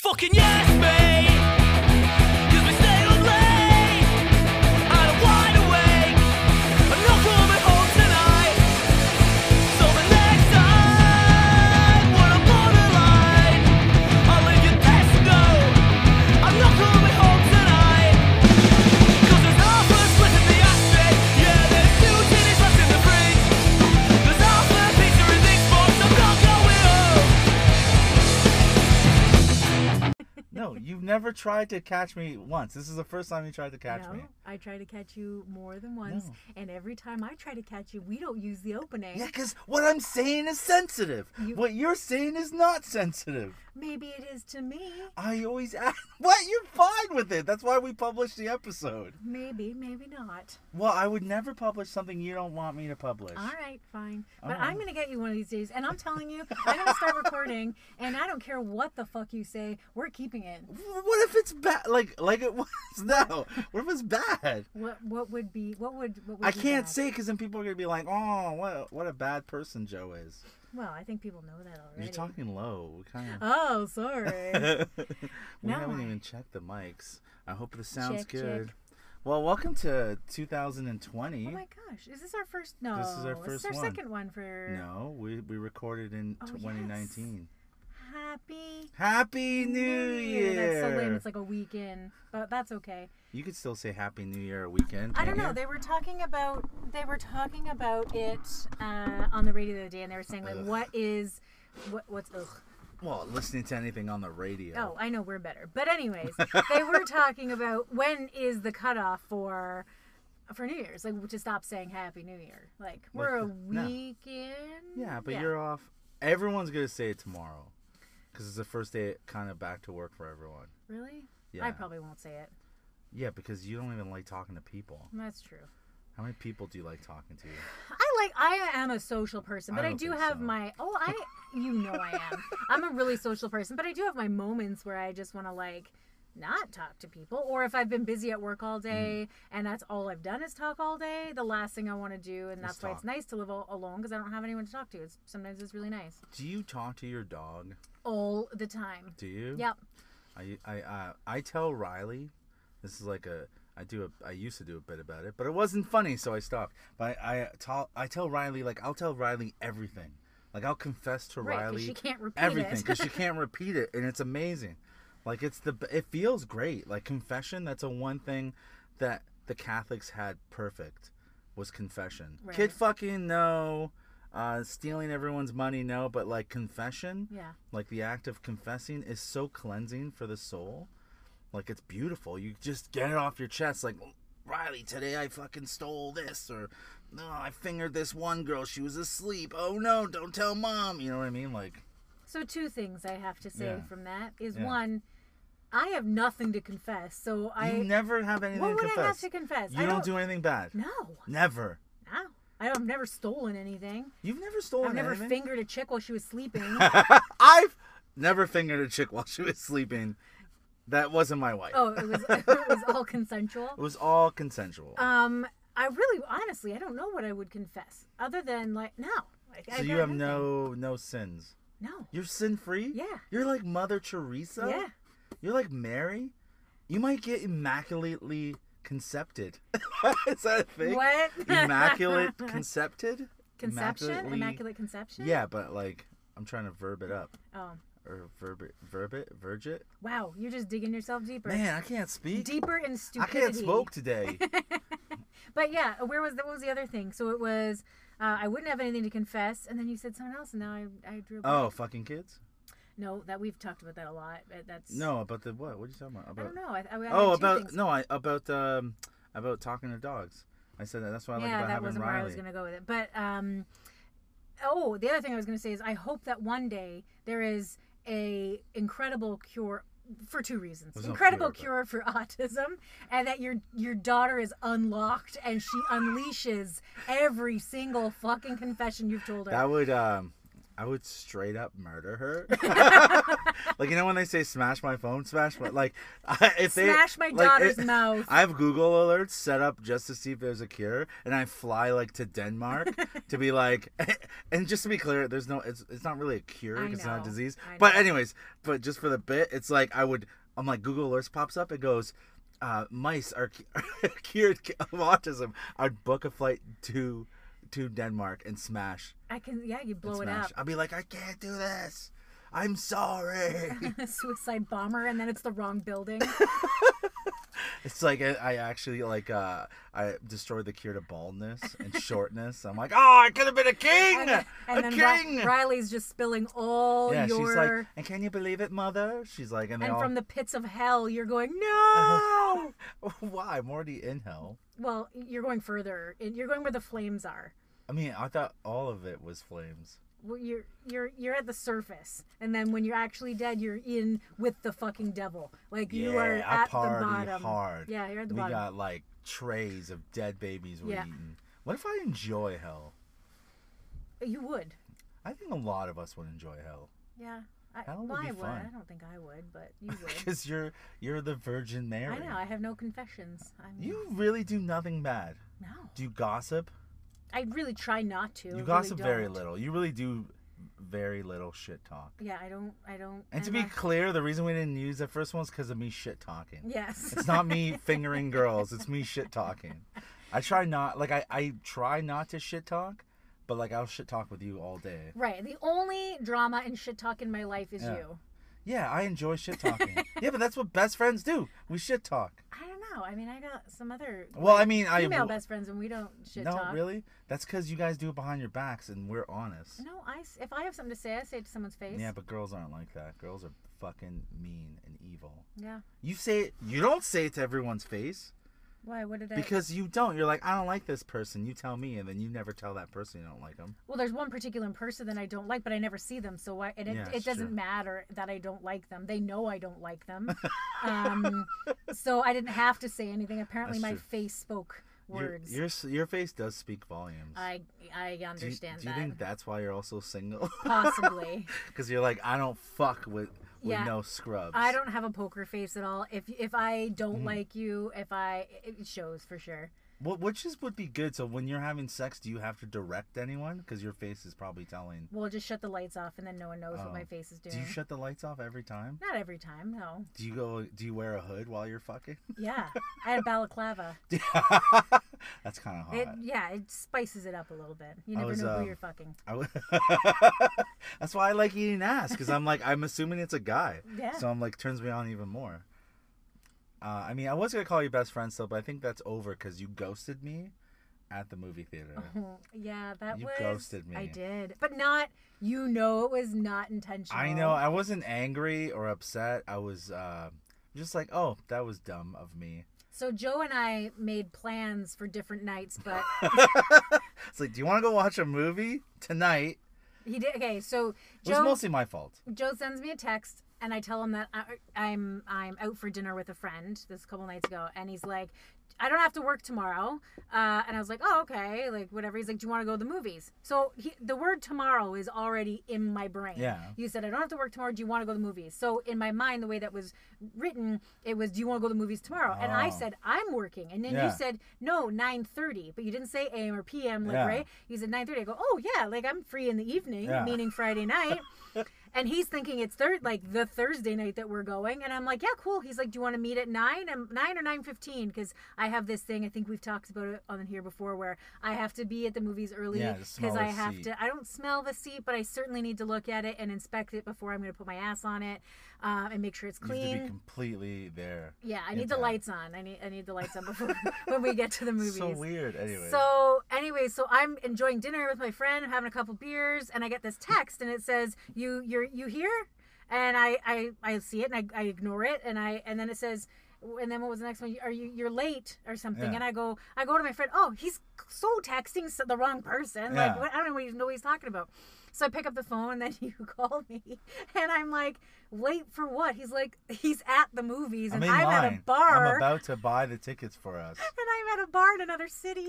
Fucking yes, mate. 'Cause we stayed up late. And I'm wide awake. I'm not coming home tonight. So the next time, when I'm borderline, I'll leave you pesto. I'm not coming home tonight. 'Cause there's half a split in the ashtray. Yeah, there's two tinnies left in the fridge. There's half a pizza in this box. I'm not going home. No, you've never tried to catch me once. This is the first time you tried to catch no, me. I try to catch you more than once, No. and every time I try to catch you, we don't use the opening. Yeah, because what I'm saying is sensitive. You- What you're saying is not sensitive. Maybe it is to me. I always ask. What? You're fine with it. That's why we published the episode. Maybe, maybe not. Well, I would never publish something you don't want me to publish. All right, fine. All But right. I'm gonna get you one of these days, and I'm telling you, I'm gonna start recording, and I don't care what the fuck you say. We're keeping it. Wh- What if it's bad? Like, like it was now. What if it's bad? What what would be what would what would I be can't bad? say because then people are gonna be like, "Oh, what? What a bad person Joe is." Well, I think people know that already. You're talking low. We kind of. Oh, sorry. we now haven't I- even checked the mics. I hope this sounds Check, check. good. Well, welcome to 2020. oh my gosh, is this our first? No, This is our first our one. second one for. no, we we recorded in Oh, 2019. Happy Happy New Year! That's so lame. It's like a weekend, but that's okay. you could still say Happy New Year weekend. I don't can't know. you? They were talking about they were talking about it uh, on the radio the other day, and they were saying like, Ugh. what is what what's ugh. Well, listening to anything on the radio. Oh, I know we're better, but anyways, they were talking about when is the cutoff for for New Year's, like to stop saying Happy New Year. Like we're a Like, no. weekend. Yeah, but you're off. Everyone's gonna say it tomorrow, because it's the first day kind of back to work for everyone. really. Yeah. I probably won't say it. Yeah, because you don't even like talking to people. That's true. How many people do you like talking to? I like I am a social person, I but I, don't do think have so. my oh I you know I am. I'm a really social person, but I do have my moments where I just want to like not talk to people or if I've been busy at work all day Mm. and that's all I've done is talk all day, the last thing I want to do and Is that's why it's talk. nice to live all, alone cuz I don't have anyone to talk to. It's sometimes it's really nice. Do you talk to your dog? All the time. Do you? Yep. I I uh, I tell Riley, this is like a I do a I used to do a bit about it, but it wasn't funny, so I stopped. But I I tell I tell Riley like I'll tell Riley everything, like I'll confess to Right, 'cause Riley she can't repeat everything it. because she can't repeat it, and it's amazing. Like it's the b- it feels great. Like confession, that's a one thing that the Catholics had perfect was confession. Kid Right. fucking no. Uh, stealing everyone's money, no, but like confession, Yeah. like the act of confessing is so cleansing for the soul like it's beautiful you just get it off your chest like riley today i fucking stole this or no i fingered this one girl she was asleep oh no don't tell mom you know what i mean like So two things I have to say Yeah. from that is Yeah. one I have nothing to confess. So I you never have anything What to would I have confess to confess? you I don't, don't- do anything bad no. never No. I don't- I've never stolen anything. you've never stolen I've never anything fingered a chick while she was sleeping. i've never fingered a chick while she was sleeping that wasn't my wife oh, it was it was all consensual. it was all consensual Um, I really, honestly, I don't know what I would confess other than like no. Like, so I've you got have nothing. no no sins no. You're sin free? Yeah. You're like Mother Teresa? Yeah. You're like Mary? You might get immaculately concepted. Is that a thing? What? Immaculate concepted? conception, Immaculately- immaculate conception. Yeah, but like I'm trying to verb it up. Oh, Or verb it verb it verge it. wow, you're just digging yourself deeper. Man, I can't speak. Deeper in I stupidity. can't smoke today. But yeah, uh, where was the, what was the other thing? So it was uh, I wouldn't have anything to confess, and then you said something else, and now I I drew. a blank. oh, fucking kids? No, that we've talked about that a lot. but That's No, about the what? What are you talking about? I About don't know. I, I, I Oh, had two about things. no, I about um about talking to dogs. I said that. That's why I like yeah, about that having wasn't Riley. where I was gonna go with it. But um, oh, the other thing I was gonna say is I hope that one day there is a incredible cure for two reasons: There's no incredible cure, cure for autism, and that your your daughter is unlocked and she unleashes every single fucking confession you've told her. That would um I would straight up murder her. like you know when they say smash my phone, smash my like I, if they Smash my like, daughter's it- mouth. I have Google alerts set up just to see if there's a cure, and I fly like to Denmark to be like, and just to be clear, there's no, it's it's not really a cure, I 'cause it's not a know, disease. I But know. anyways, but just for the bit, it's like I would, I'm like Google alerts pops up, it goes. Uh, mice are, cu- are cured of autism. I'd book a flight to to Denmark and smash I can, yeah, you blow it smash. up. I'll be like, I can't do this. I'm sorry. Suicide bomber, and then it's the wrong building. it's like I, I actually like uh I destroyed the cure to baldness and shortness. I'm like, oh, I could have been a king, And, then- and a then Ri- king. Riley's just spilling all yeah, your. she's like, and can you believe it, mother? She's like, and they and all, "Oh, from the pits of hell, you're going, Uh-huh. no! why? I'm already in hell. well, you're going further. and You're going where the flames are. I mean, I thought all of it was flames. Well, You're you're you're at the surface, and then when you're actually dead, you're in with the fucking devil. Like you are Yeah, I at the party bottom. hard. Yeah, you're at the we bottom. got like trays of dead babies we Yeah. eaten. What if I enjoy hell? You would. I think a lot of us would enjoy hell. Yeah. I, Hell would well, be I would. fun. I don't think I would, but you would. Because you're you're the Virgin Mary. I know. I have no confessions. I'm, You really do nothing bad. no. Do you gossip? I really try not to. I You really gossip very don't. little. You really do very little shit talk. Yeah, I don't. I don't. And to I'm be not- clear, the reason we didn't use that first one is because of me shit talking. yes. It's not me fingering girls. It's me shit talking. I try not like I, I try not to shit talk, but like I'll shit talk with you all day. Right. The only drama and shit talk in my life is Yeah. you. Yeah, I enjoy shit talking. yeah, but that's what best friends do. We shit talk. I don't know. I mean, I got some other Well, I mean, I female best friends, and we don't shit no talk. really. That's because you guys do it behind your backs, and we're honest. No, I. s- If I have something to say, I say it to someone's face. Yeah, but girls aren't like that. Girls are fucking mean and evil. Yeah. You say it, you don't say it to everyone's face Why? uh, What did I? because you don't. You're like, I don't like this person. You tell me, and then you never tell that person you don't like them. well, there's one particular person that I don't like, but I never see them, so why? And it, Yeah, it it's doesn't true. matter that I don't like them. They know I don't like them. um, so I didn't have to say anything. Apparently, That's my true. face spoke Your, words. your s- your face does speak volumes. I I do you, understand do you that. think that's why you're also single? Possibly. Because you're like, I don't fuck with with Yeah. no scrubs. I don't have a poker face at all. If if I don't Mm. like you, if I it shows for sure. What which is would be good. So when you're having sex, do you have to direct anyone? Because your face is probably telling. We'll just shut the lights off, and then no one knows Oh. what my face is doing. Do you shut the lights off every time? Not every time, no. Do you go? Do you wear a hood while you're fucking? Yeah, I had a balaclava. That's kind of hot. It, yeah, it spices it up a little bit. You I never was, know who um, you're fucking. I w- That's why I like eating ass because I'm like I'm assuming it's a guy, Yeah. so I'm like turns me on even more. Uh, I mean, I was gonna call you best friend still, but I think that's over because you ghosted me at the movie theater. Mm, Yeah, that You was. ghosted I me. did, but not. You know, it was not intentional. I know I wasn't angry or upset. I was uh, just like, oh, that was dumb of me. So Joe and I made plans for different nights, but It's like, do you want to go watch a movie tonight? he did. Okay, so It was Joe mostly my fault. Joe sends me a text and I tell him that I, I'm I'm out for dinner with a friend this is a couple nights ago and he's like I don't have to work tomorrow uh, and I was like oh okay like whatever he's like do you want to go to the movies so he, the word tomorrow is already in my brain Yeah. you said I don't have to work tomorrow do you want to go to the movies so in my mind the way that was written it was do you want to go to the movies tomorrow and I Oh. said I'm working and then Yeah. you said no 9:30 but you didn't say a.m. or p.m. like Yeah. right you said 9:30 I go oh yeah like I'm free in the evening Yeah. meaning Friday night and he's thinking it's third like the Thursday night that we're going, and I'm like, yeah, cool. He's like, do you want to meet at nine? I'm nine or nine fifteen because I have this thing. I think we've talked about it on here before, where I have to be at the movies early Yeah, the smaller I have seat. to. I don't smell the seat, but I certainly need to look at it and inspect it before I'm going to put my ass on it, um, and make sure it's You have to be clean. completely there. Yeah, I need into the it. lights on. I need I need the lights on before when we get to the movies. So weird. Anyway. So, anyway, so I'm enjoying dinner with my friend. I'm having a couple beers, and I get this text, and it says, "You, you're, you here?" And I, I, I see it, and I, I ignore it, and I, and then it says, and then what was the next one? Are you, you're late or something? Yeah. And I go, I go to my friend. Oh, he's so texting s- the wrong person. Like, Yeah. what, I don't even know what he's talking about. So I pick up the phone, and then you call me, and I'm like, late for what? He's like, he's at the movies, I'm and in I'm line. at a bar, I'm about to buy the tickets for us. and I'm at a bar in another city.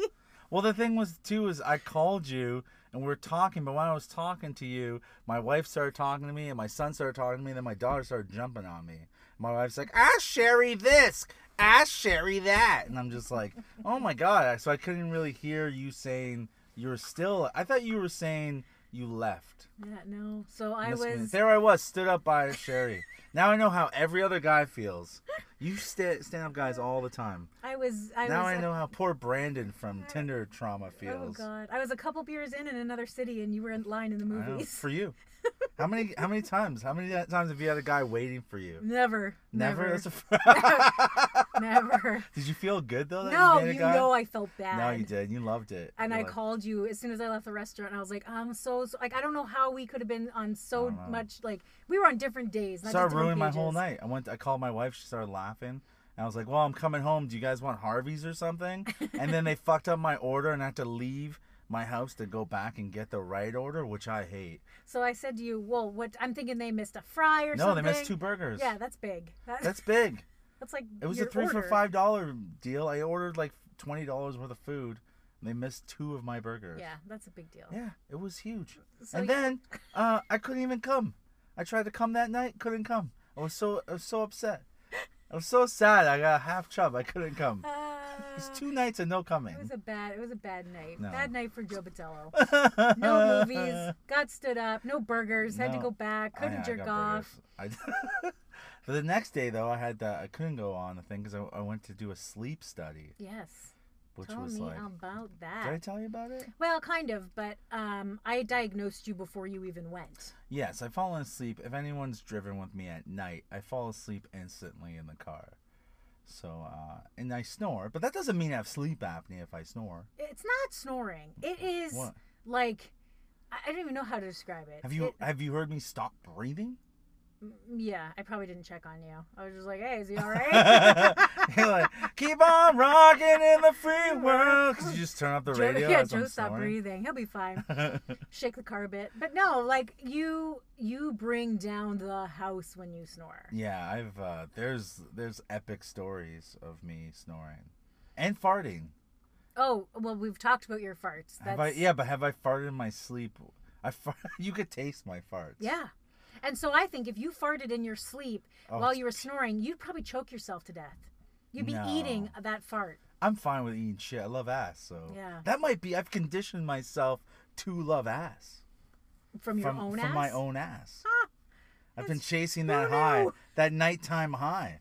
Well, the thing was too is I called you and we were talking. But when I was talking to you, my wife started talking to me, and my son started talking to me, and then my daughter started jumping on me. My wife's like, "Ask Sherry this, ask Sherry that," and I'm just like, "Oh my god!" So I couldn't really hear you saying you were still. I thought you were saying you left. Yeah, no. So I Miss Minutes. was. there. I was stood up by Sherry. now I know how every other guy feels. You sta stand up guys all the time. I was. I now was I a- know how poor Brandon from Tinder trauma Oh feels. God! I was a couple beers in in another city, and you were in line in the I know. movies. For you, how many how many times how many times have you had a guy waiting for you? Never, Never. never, That's a- never. Did you feel good though? That no, you, made a you guy? know I felt bad. No, you did. You loved it. And You're I like, called you as soon as I left the restaurant. And I was like, I'm so, so like I don't know how we could have been on so don't know. much like we were on different days. Not Started just different ruining my whole night. pages. I went. I called my wife. She started laughing. And I was like, "Well, I'm coming home. Do you guys want Harvey's or something?" And then they fucked up my order, and I had to leave my house to go back and get the right order, which I hate. So I said to you, well, what? I'm thinking they missed a fry or no, something. they missed two burgers. Yeah, that's big. That- that's big. that's like It was your a three order. for five dollar deal. I ordered like twenty dollars worth of food, and they missed two of my burgers. Yeah, that's a big deal. Yeah, it was huge. So and you- then uh, I couldn't even come. I tried to come that night, couldn't come. I was so I was so upset. I was so sad. I got a half chub. I couldn't come. It was Ah, two nights of no coming. It was a bad. It was a bad night. No. Bad night for Joe Batello. No movies. Got stood up. No burgers. Had to No. go back. I- Couldn't I jerk got off. burgers. I, but the next day though, I had that. I couldn't go on the thing because I, I went to do a sleep study, Yes. which Tell was me like. about that. Did I tell you about it? Well, kind of, but um, I diagnosed you before you even went. Yes, I've fallen asleep. If anyone's driven with me at night, I fall asleep instantly in the car. So, uh, and I snore, but that doesn't mean I have sleep apnea if I snore. It's not snoring. It is What? like I I don't even know how to describe it. Have you It- have you heard me stop breathing? yeah, I probably didn't check on you. I was just like, "Hey, is he all right?" You're like, keep on rocking in the free world. 'Cause you just turn up the Joe, radio. yeah, as I'm Joe, stop snoring. breathing. He'll be fine. Shake the carpet. But no, like you, you bring down the house when you snore. yeah, I've uh, there's there's epic stories of me snoring and farting. Oh, well, we've talked about your farts. That's, Have I, yeah, but have I farted in my sleep? I fart, you could taste my farts. Yeah. And so I think if you farted in your sleep Oh, while it's you were snoring, you'd probably choke yourself to death. You'd be eating that fart. I'm fine with eating shit. I love ass, so Yeah. that might be. I've conditioned myself to love ass From your from own from ass. my own ass. I've been That's chasing that voodoo. high, that nighttime high,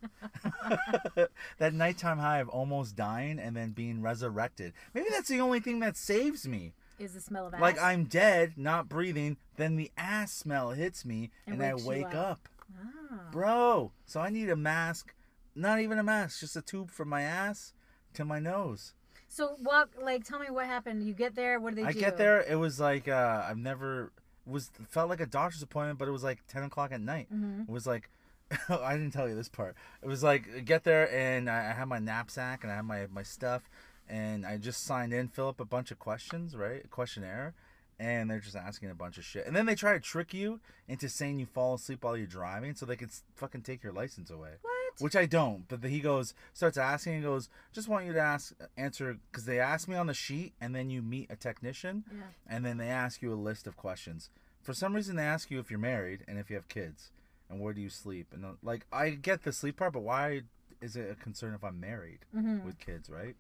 that nighttime high of almost dying and then being resurrected. Maybe that's the only thing that saves me. Is the smell of ass. Like I'm dead, not breathing, then the ass smell hits me And and, I wakes you wake up. Ah. up. Bro, so I need a mask, not even a mask, just a tube from my ass to my nose. So what? Like, tell me what happened. You get there. What do they I do? get there. It was like uh, I've never was felt like a doctor's appointment, but it was like ten o'clock at night. Mm-hmm. It was like I didn't tell you this part. It was like I get there and I, I had my knapsack and I had my my stuff, and I just signed in, fill up a bunch of questions, right, questionnaire, and they're just asking a bunch of shit, and then they try to trick you into saying you fall asleep while you're driving, so they could s- fucking take your license away. What? Which I don't, but he goes starts asking. He goes, just want you to ask answer because they asked me on the sheet, and then you meet a technician, Yeah. and then they ask you a list of questions. For some reason, they ask you if you're married and if you have kids, and where do you sleep, and uh, like I get the sleep part, but why is it a concern if I'm married Mm-hmm. with kids, right?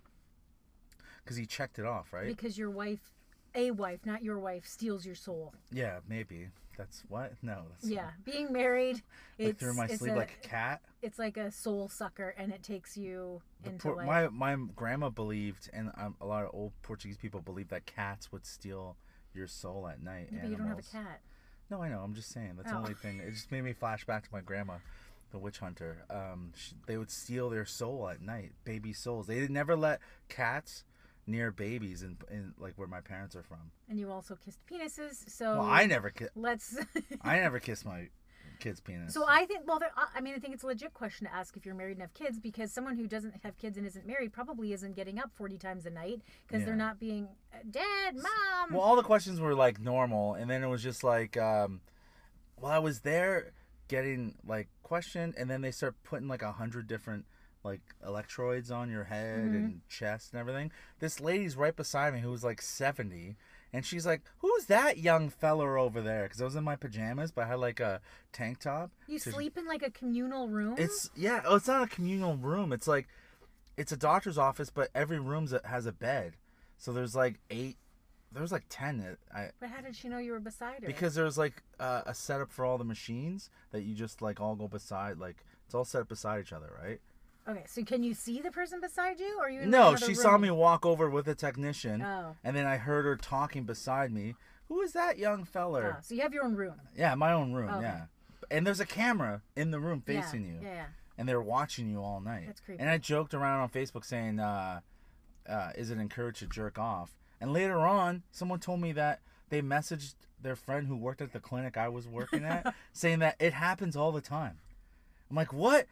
Because he checked it off, right? Because your wife, a wife, not your wife, steals your soul. yeah, maybe that's what. No, that's Yeah. Being married, Like it's through my it's sleep a, like a cat. it's like a soul sucker, and it takes you The into Por- like. my my grandma believed, and um, a lot of old Portuguese people believed that cats would steal your soul at night. Yeah, but you don't have a cat. No, I know. I'm just saying. That's Oh. the only thing. It just made me flash back to my grandma, the witch hunter. Um, she, they would steal their soul at night, baby souls. They never let cats near babies in, in like where my parents are from. And you also kissed penises, so Well, I never ki- let's. I never kissed my kid's penis. So I think, well, there, I- I mean, I think it's a legit question to ask if you're married and have kids, because someone who doesn't have kids and isn't married probably isn't getting up 40 times a night because they're Yeah. not being uh, dad, mom. Well, all the questions were like normal, and then it was just like, um, well, I was there getting like questioned, and then they start putting like a hundred different like Mm-hmm. electrodes on your head and chest and everything. This lady's right beside me who was like seventy, and she's like, "Who's that young feller over there?" Because I was in my pajamas, but I had like a tank top. You So she- sleep in like a communal room. It's yeah. Oh, it's not a communal room. It's like, it's a doctor's office, but every room has a bed. So there's like eight. There's like ten. that I But how did she know you were beside her? because there's like uh, a setup for all the machines that you just like all go beside. Like it's all set up beside each other, right? okay, so can you see the person beside you, or are you? In No, another she saw room? me walk over with a technician, Oh. and then I heard her talking beside me. Who is that young feller? Oh, so you have your own room. Yeah, my own room. Oh, Okay. Yeah, and there's a camera in the room facing yeah. you, Yeah, yeah. and they're watching you all night. That's creepy. And I joked around on Facebook saying, uh, uh, "Is it encouraged to jerk off?" And later on, someone told me that they messaged their friend who worked at the clinic I was working at, saying that it happens all the time. I'm like, what?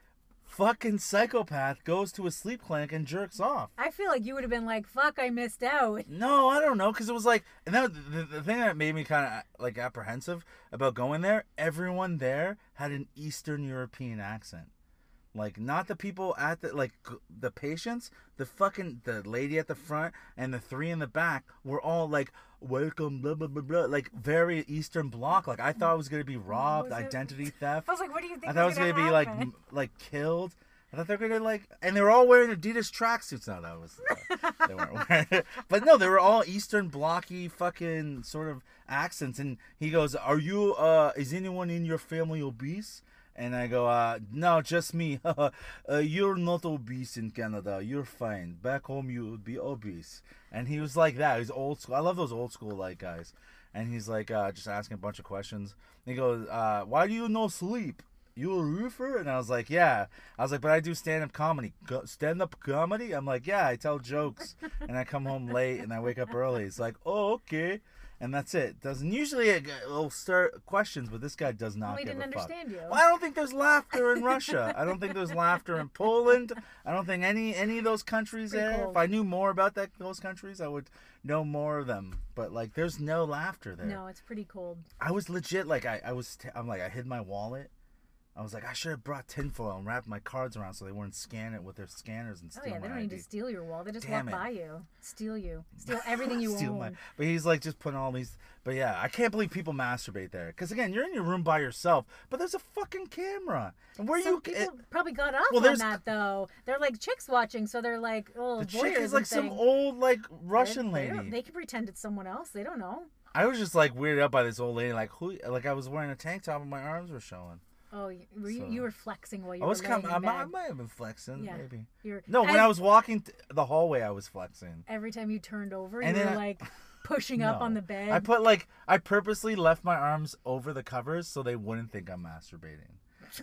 Fucking psychopath goes to a sleep clinic and jerks off. I feel like you would have been like, "Fuck, I missed out." No, I don't know, because it was like, and that the, the thing that made me kind of like apprehensive about going there. Everyone there had an Eastern European accent, like not the people at the like g- the patients, the fucking the lady at the front and the three in the back were all like, "Welcome," blah blah blah blah, like very Eastern bloc. Like I thought I was gonna be robbed, Was it- identity theft. I was like, "What do you think?" I thought it was gonna, be like happen? m- like killed. I thought they were gonna like, and they were all wearing Adidas tracksuits. No, that was uh, they weren't wearing. It. But no, they were all Eastern blocky fucking sort of accents. And he goes, "Are you? uh Is anyone in your family obese?" And I go, uh, "No, just me. uh, you're not obese in Canada. You're fine. Back home, you would be obese." And he was like that. He's old school. I love those old school like guys. And he's like, uh, just asking a bunch of questions. And he goes, uh, "Why do you no sleep?" you a roofer? And I was like, yeah. I was like, but I do stand up comedy. Go, stand up comedy? I'm like, yeah, I tell jokes. and I come home late and I wake up early. It's like, oh, okay. And that's it. Doesn't usually it will start questions, but this guy does not. We give didn't a fuck. understand you. Well, I don't think there's laughter in Russia. I don't think there's laughter in Poland. I don't think any any of those countries Pretty there. cold. If I knew more about that those countries, I would know more of them. But like, there's no laughter there. No, it's pretty cold. Oh, I was legit like I, I was t- I'm like I hid my wallet. I was like I should have brought tinfoil and wrapped my cards around so they wouldn't scan it with their scanners and Oh steal yeah, they my don't need ID. to steal your wall. They just Damn walk it. by you, steal you, steal everything you steal own. my. But he's like just putting all these. But yeah, I can't believe people masturbate there. Because again, you're in your room by yourself, but there's a fucking camera. And where Some you? eh, people it- probably got off Well, on there's- that though. They're like chicks watching, so they're like, oh, the chick is voyeurism like some thing. old like They- Russian they don't- lady. They can pretend it's someone else. They don't know. I was just like weirded out by this old lady. Like who? Like I was wearing a tank top and my arms were showing. Oh, y- were you, So- you were flexing while you I was were kind. laying in I, might- I bed. might have been flexing. Yeah. Maybe. You were- No, when ev- I was walking th- the hallway, I was flexing. every time you turned over, you And were then I- like pushing up on No. the bed. I put like I purposely left my arms over the covers so they wouldn't think I'm masturbating.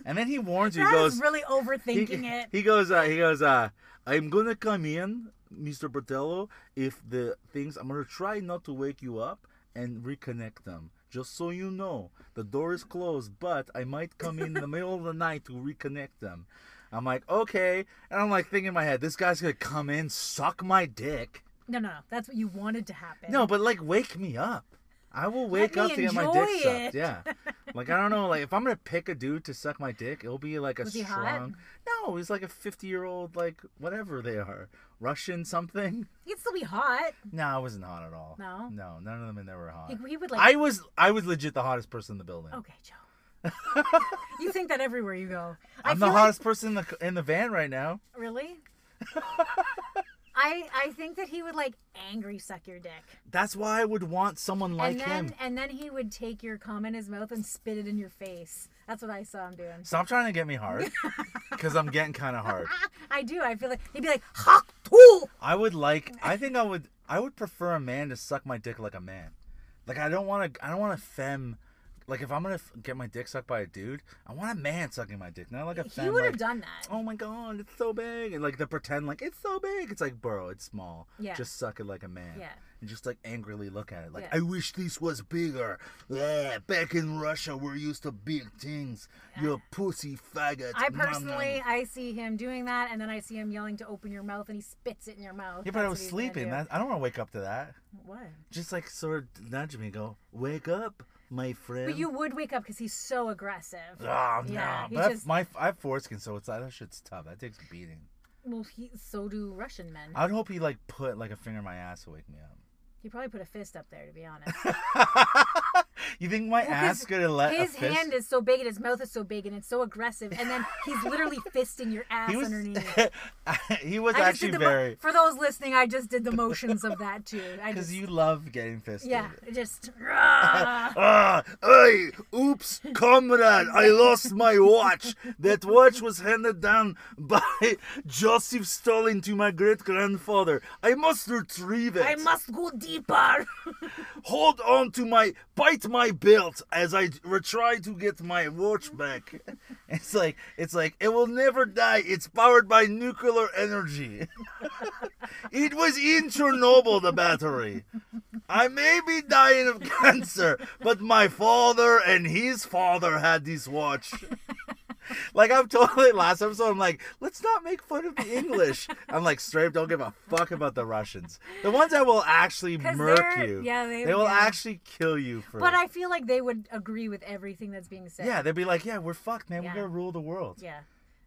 And then he warns you. That He is goes. really he, overthinking it. he goes. Uh, he goes. Uh, I'm gonna come in, Mr. Bordello. If the things, I'm gonna try not to wake you up and reconnect them. Just so you know, the door is closed, but I might come in the middle of the night to reconnect them. I'm like, okay, and I'm like thinking in my head, this guy's gonna come in, suck my dick. No, no, no. That's what you wanted to happen. No, but like wake me up. I will wake me up to get my enjoy dick it. sucked. Yeah. Like I don't know, like if I'm gonna pick a dude to suck my dick, it'll be like a Was he hot? strong No, he's like a fifty year old like whatever they are. Russian something. he'd still be hot. No, I wasn't hot at all. No? No, none of them in there were hot. He, he would like. I was I was legit the hottest person in the building. Okay, Joe. you think that everywhere you go. I I'm the feel like- hottest person in the in the van right now. Really? I I think that he would like angry suck your dick, That's why I would want someone like and then him. and then he would take your cum in his mouth and spit it in your face. That's what I saw him doing. Stop trying to get me hard. Cause I'm getting kinda hard. I do. I feel like he'd be like, "Hawk too." I would like. I think I would. I would prefer a man to suck my dick like a man. Like I don't want to. I don't want a femme. Like if I'm gonna f- get my dick sucked by a dude, I want a man sucking my dick, not like a femme. He would have like, done that. Oh my god, it's so big, and like the pretend like it's so big. It's like, bro, it's small. Yeah. Just suck it like a man. Yeah. And just like angrily look at it, like Yeah. I wish this was bigger. Yeah, back in Russia, we're used to big things. You pussy faggot. I Nom, nom. personally, I see him doing that, and then I see him yelling to open your mouth, and he spits it in your mouth. Yeah, but I That's was what he's gonna sleeping. do. That, I don't want to wake up to that. What? just like sort of nudge me, and go, wake up, my friend. But you would wake up because he's so aggressive. Oh no! Yeah, he but I- just- my I have foreskin, so it's that shit's tough. That takes beating. Well, he so do Russian men. I'd hope he like put like a finger in my ass to wake me up. He probably put a fist up there, to be honest. you think my ass could have let His a fist? hand is so big and his mouth is so big and it's so aggressive, and then he's literally fisting your ass he was underneath. he was I just actually did the mo- very for those listening. I just did the motions of that too. I because just you love getting fisted. yeah, it just rah. Ah, hey, oops, comrade, I lost my watch. That watch was handed down by Joseph Stalin to my great grandfather. I must retrieve it. I must go deeper. Hold on to my, bite my belt as I re- try to get my watch back. It's like, it's like, it will never die. It's powered by nuclear energy. it was in Chernobyl, the battery. I may be dying of cancer, but my father and his father had this watch. Like I'm totally last episode, I'm like, let's not make fun of the English. I'm like, straight, don't give a fuck about the Russians. The ones that will actually 'Cause murk they're- you. yeah, they- will yeah. actually kill you for. but I feel like they would agree with everything that's being said. yeah, they'd be like, yeah, we're fucked, man. Yeah. We're gonna rule the world. yeah,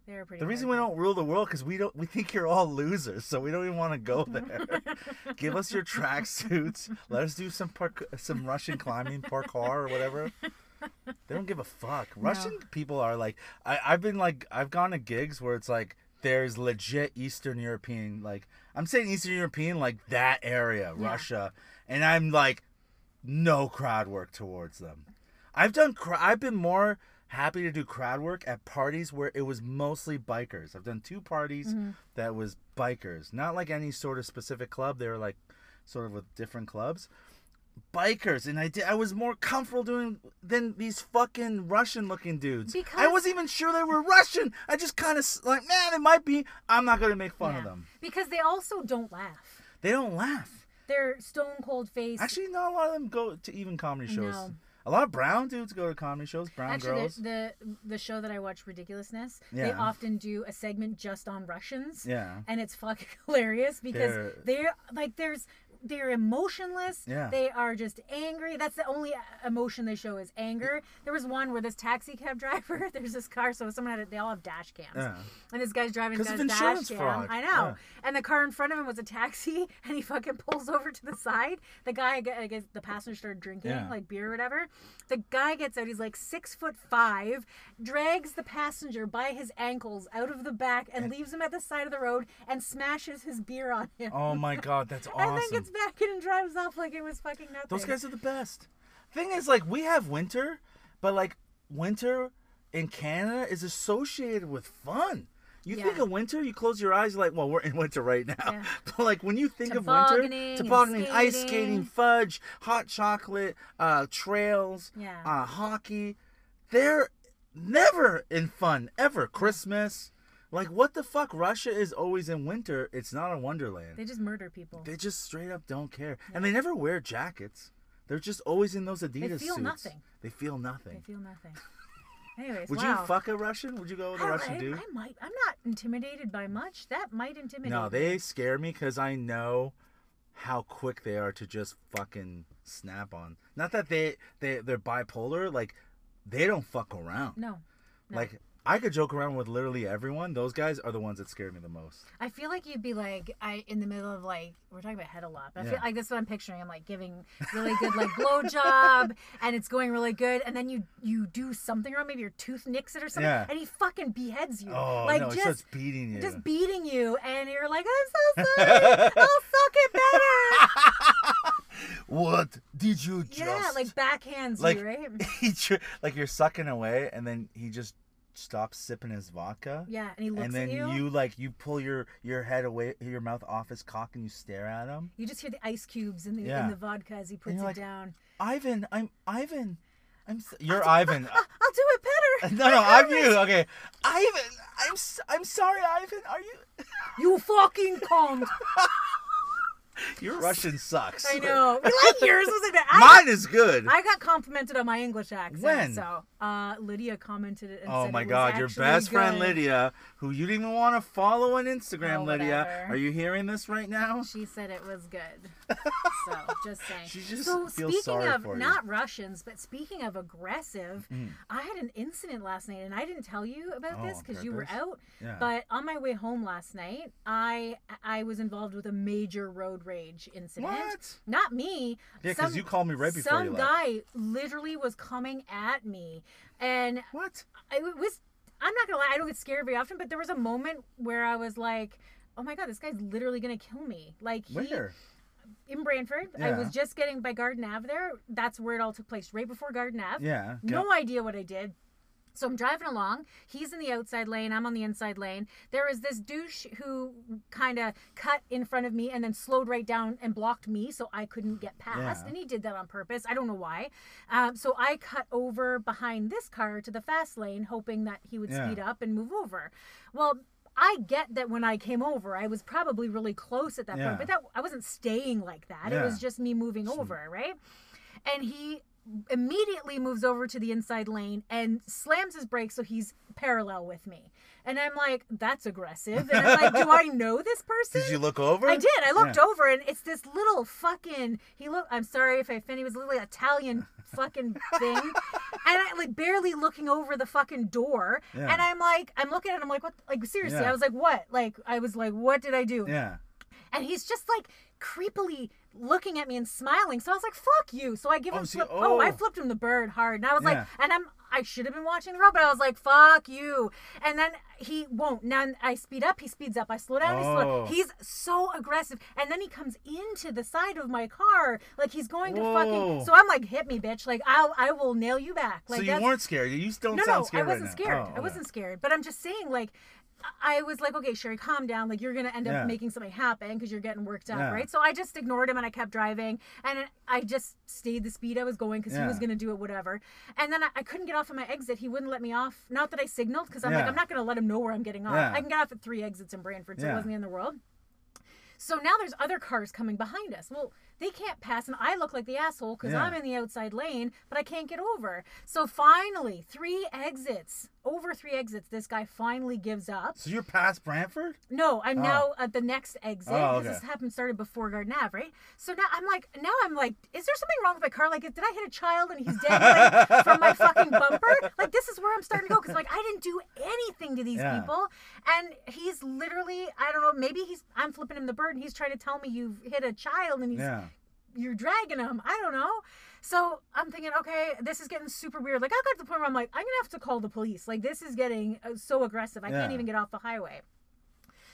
they're pretty. The reason we hardcore. don't rule the world because we don't we think you're all losers, so we don't even want to go there. Give us your tracksuits. Let us do some park, some Russian climbing parkour or whatever. They don't give a fuck. Russian people are like I, I've been like I've gone to gigs where it's like there's legit Eastern European like I'm saying Eastern European like that area Russia, and I'm like no crowd work towards them. I've done. cr- I've been more happy to do crowd work at parties where it was mostly bikers. I've done two parties Mm-hmm. that was bikers, not like any sort of specific club. They were like sort of with different clubs, bikers, and I did. I was more comfortable doing than these fucking Russian-looking dudes. I Because- wasn't even sure they were Russian. I just kind of like, man, they might be. I'm not gonna make fun of Yeah. them. because they also don't laugh. They don't laugh. They're stone cold face. Actually, not a lot of them go to even comedy shows. No. A lot of brown dudes go to comedy shows. Brown Actually, girls. the, the the show that I watch, Ridiculousness, they Yeah. often do a segment just on Russians. Yeah. and it's fucking hilarious because They're- they're, like there's they're emotionless. Yeah. they are just angry. That's the only uh, emotion they show is anger. There was one where this taxi cab driver, there's this car, so someone had a, they all have dash cams, Yeah. and this guy's driving 'Cause of his dash insurance cam. fraud. I know. Yeah. And the car in front of him was a taxi, and he fucking pulls over to the side. The guy, ge- I guess, the passenger started drinking Yeah. like beer or whatever. The guy gets out. He's like six foot five, drags the passenger by his ankles out of the back, and leaves him at the side of the road and smashes his beer on him. Oh my god, that's awesome. And then gets back in and drives off like it was fucking nothing. Those guys are the best. Thing is, like, we have winter, but like, winter in Canada is associated with fun. You think Yeah. of winter, you close your eyes, you're like, well, we're in winter right now. Yeah. But like, when you think of winter, Tobogganing and tobogganing, ice skating, skating. fudge, hot chocolate, uh, trails, Yeah. uh, hockey, they're never in fun ever. Christmas, like, what the fuck? Russia is always in winter. It's not a wonderland. They just murder people. They, They just straight up don't care, and they never wear jackets. They're just always in those Adidas feel suits. nothing. They feel nothing. feel nothing. Anyways, Would wow. you fuck a Russian? Would you go with a I, Russian I- dude? I might. I'm not intimidated by much. That might intimidate. No, me. they scare me because I know how quick they are to just fucking snap on. Not that they they they're bipolar. Like they don't fuck around. No. Like I could joke around with literally everyone. Those guys are the ones that scare me the most. I feel like you'd be like I in the middle of like we're talking about head a lot, but I Yeah. feel like that's what I'm picturing. I'm like giving really good like blowjob and it's going really good, and then you you do something wrong, maybe your tooth nicks it or something, Yeah. and he fucking beheads you, Oh like no, it starts just beating you. just beating you, and you're like I'm so sorry, I'll suck it better. what did you just? yeah, like backhands Like- you, right? he tr- like you're sucking away and then he just stops sipping his vodka Yeah, and he looks and then at you. you like you pull your your head away your mouth off his cock and you stare at him You just hear the ice cubes in the Yeah. in the vodka as he puts it you're like, down. ivan i'm ivan i'm s you're ivan I'll do it better. no no i'm you okay ivan i'm s- i'm sorry ivan are you You fucking cunt. your russian sucks I know. You like yours was it? I mine is good I got complimented on my English accent. When? So uh, Lydia commented it. And Oh said my it was God! Your actually best friend good. Lydia, who you didn't even want to follow on Instagram, Oh, Lydia, whatever. are you hearing this right now? She said it was good. so just saying. She just so feels speaking sorry of for you. Mm. not Russians, but speaking of aggressive, I had an incident last night, and I didn't tell you about Oh, this because you were goodness. out. Yeah. But on my way home last night, I I was involved with a major road road rage incident. What? Not me. Yeah, because Some- you called me right before some you left. guy literally was coming at me, and What? I- it was I'm not gonna lie, I don't get scared very often, but there was a moment where I was like, Oh my god, this guy's literally gonna kill me. Like he, Where? in Branford. I Yeah. was just getting by Garden Ave there. That's where it all took place, right before Garden Ave. Yeah. No yeah. idea what I did. So I'm driving along. He's in the outside lane. I'm on the inside lane. There is this douche who kind of cut in front of me and then slowed right down and blocked me so I couldn't get past. Yeah. And he did that on purpose. I don't know why. Um, so I cut over behind this car to the fast lane, hoping that he would Yeah. speed up and move over. Well, I get that when I came over, I was probably really close at that Yeah. point, but that I wasn't staying like that. It was Yeah. just me moving over, right? and he immediately moves over to the inside lane and slams his brakes so he's parallel with me. And I'm like, that's aggressive. And I'm like, do I know this person? Did you look over? I did. I looked Yeah. over and it's this little fucking he look I'm sorry if I offend he was a little Italian fucking thing. and I like barely looking over the fucking door. Yeah. And I'm like I'm looking at him like what like seriously, Yeah. I was like, what? Like I was like, what did I do? Yeah. and he's just like creepily looking at me and smiling. So I was like, "Fuck you!" So I give Oh, him see, flip. Oh. I oh. flipped him the bird hard, and I was Yeah. like, and I'm I should have been watching the road, but I was like, "Fuck you!" And then he won't. Now I speed up, he speeds up. I slow down, he slow Oh. down. He's so aggressive, and then he comes into the side of my car like he's going to Whoa. fucking. So I'm like, "Hit me, bitch!" Like I I will nail you back. Like so you that's- weren't scared. You just don't no, sound no, I scared wasn't right now. scared. Oh, okay. I wasn't scared. But I'm just saying, like, I I was like, okay, Sherry, calm down. Like, you're gonna end Yeah. up making something happen because you're getting worked up, Yeah. right? So I just ignored him and I kept driving, and I just stayed the speed I was going because he was Yeah. gonna do it, whatever. And then I, I couldn't get off of my exit. He wouldn't let me off. Not that I signaled because I'm like, Yeah. I'm not gonna let him know where I'm getting off. Yeah. I can get off at three exits in Branford, so Yeah. it wasn't the end of the world. So now there's other cars coming behind us. Well, they can't pass, and I look like the asshole because Yeah. I'm in the outside lane, but I can't get over. So finally, three exits, over three exits, this guy finally gives up. So you're past Branford? No, I'm Oh. now at the next exit Oh, because okay. this happened started before Garden Ave, right? So now I'm like, now I'm like, is there something wrong with my car? Like, did I hit a child and he's dangling from my fucking bumper? Like, this is where I'm starting to go because like I didn't do anything to these Yeah. people, and he's literally, I don't know, maybe he's, I'm flipping him the bird, and he's trying to tell me you've hit a child and he's Yeah. you're dragging them. I don't know. So I'm thinking, okay, this is getting super weird. Like I got to the point where I'm like, I'm gonna have to call the police. Like this is getting uh, so aggressive. I Yeah. can't even get off the highway.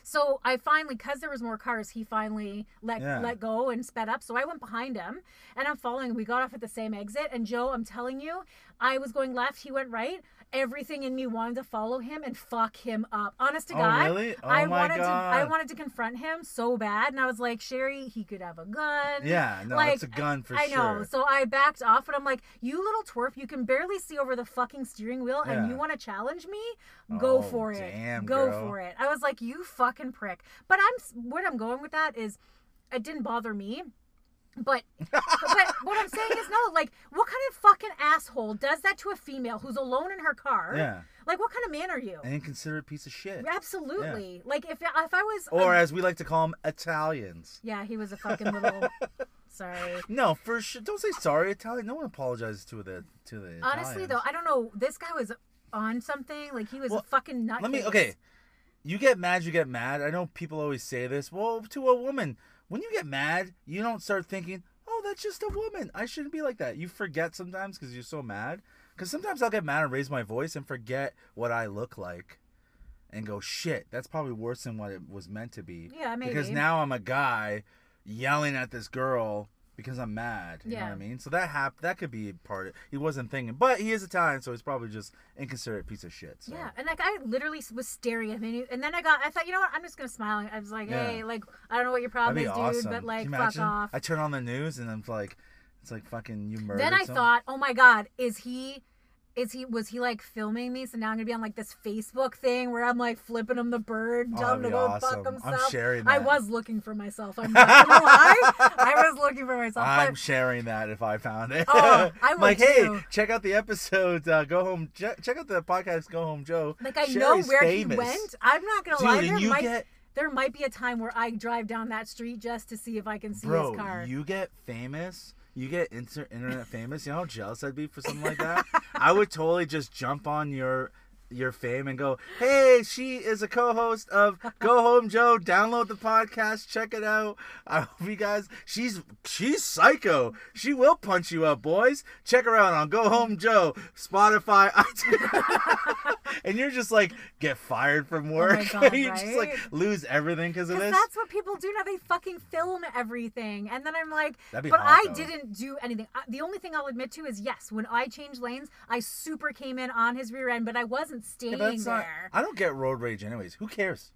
So I finally, cause there was more cars, he finally let Yeah. let go and sped up. So I went behind him, and I'm following. We got off at the same exit, and Joe, I'm telling you, I was going left, he went right. Everything in me wanted to follow him and fuck him up. Honest to Oh, God, really? Oh, I my wanted to I God. wanted to confront him so bad, and I was like, Sherry, he could have a gun. Yeah. No, Like, it's a gun for I sure. know. So I backed off and I'm like, you little twerp, you can barely see over the fucking steering wheel Yeah. and you want to challenge me? Go Oh, for it. damn, Go girl. for it. I was like, you fucking prick. But I'm what I'm going with that is it didn't bother me. But but what I'm saying is no, like what kind of fucking asshole does that to a female who's alone in her car? Yeah. Like what kind of man are you? An inconsiderate piece of shit. Absolutely. Like if if I was Or a- as we like to call them, Italians. yeah, he was a fucking little sorry. No, for sure. Don't say sorry, Italian. No one apologizes to the to the. Honestly, Italians. though, I don't know. This guy was on something. Like he was Well, a fucking nut. Let me. Okay. You get mad, you get mad. I know people always say this. Well, to a woman, when you get mad, you don't start thinking, "Oh, that's just a woman. I shouldn't be like that." You forget sometimes because you're so mad. Because sometimes I'll get mad and raise my voice and forget what I look like, and go, "Shit, that's probably worse than what it was meant to be." Yeah, Because maybe. now I'm a guy yelling at this girl because I'm mad. You know what I Yeah. mean? So that hap- that could be part of. He wasn't thinking, but he is Italian, so he's probably just inconsiderate piece of shit. So. Yeah, and like I literally was staring at him, and then I got, I thought, you know what? I'm just gonna smile. I was like, Yeah. hey, like I don't know what your problem That'd is, be dude, awesome. but like, Can you fuck imagine? off. I turn on the news and I'm like, it's like fucking you murdered. then I someone. thought, oh my god, is he? Is he was he like filming me? So now I'm gonna be on like this Facebook thing where I'm like flipping him the bird, and Oh, telling him to that'd go be fuck awesome. I'm himself. sharing I that. was looking for myself. I'm not gonna lie. I was looking for myself. I'm oh, but- sharing that if I found it. Oh, I like, would hey, too. check out the episode. Uh, Go home. Je- check out the podcast. Go home, Joe. Like I Sherry's know where famous. he went. I'm not gonna Dude, lie. and There you might get- there might be a time where I drive down that street just to see if I can see Bro, his car. you get famous. You get inter- internet famous. You know how jealous I'd be for something like that. I would totally just jump on your your fame and go, hey, she is a co-host of Go Home Joe. Download the podcast, check it out. I hope you guys. She's she's psycho. She will punch you up, boys. Check her out on Go Home Joe, Spotify, iTunes. and you're just like get fired from work. Oh God, you just like right? lose everything because of Because this. that's what people do now. They fucking film everything. And then I'm like, That'd be but hot, I though. didn't do anything. I, the only thing I'll admit to is yes, when I changed lanes, I super came in on his rear end, but I wasn't Yeah, staying but that's not- there. I don't get road rage anyways. Who cares?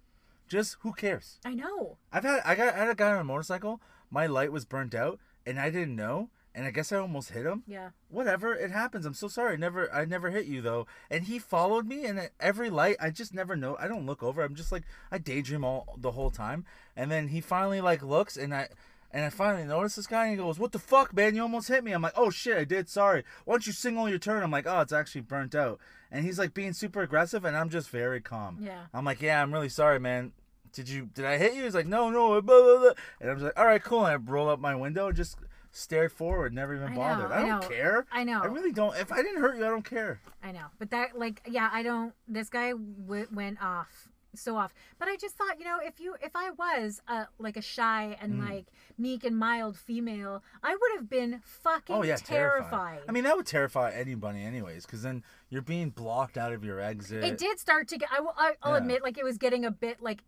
Just who cares? I know. I've had I got I had a guy on a motorcycle. My light was burnt out, and I didn't know. And I guess I almost hit him. Yeah. Whatever, it happens. I'm so sorry. I never I never hit you though. And he followed me, and at every light, I just never know. I don't look over. I'm just like I daydream all the whole time. And then he finally like looks, and I. And I finally notice this guy and he goes, What the fuck, man? You almost hit me. I'm like, Oh shit, I did. Sorry. Why don't you signal your turn? I'm like, Oh, it's actually burnt out. And he's like being super aggressive, and I'm just very calm. Yeah. I'm like, yeah, I'm really sorry, man. Did you did I hit you? He's like, no, no, blah, blah, blah. and I'm just like, all right, cool. And I roll up my window, just stared forward, never even I know, bothered. I, I don't know, care. I know. I really don't. If I didn't hurt you, I don't care. I know, but that like yeah, I don't. This guy w- went off so off, but I just thought you know if you if I was uh like a shy and Mm. like meek and mild female, I would have been fucking Oh yeah, terrified. terrifying. I mean, that would terrify anybody, anyways, because then you're being blocked out of your exit. it did start to get. I will. I- I'll Yeah. admit, like it was getting a bit like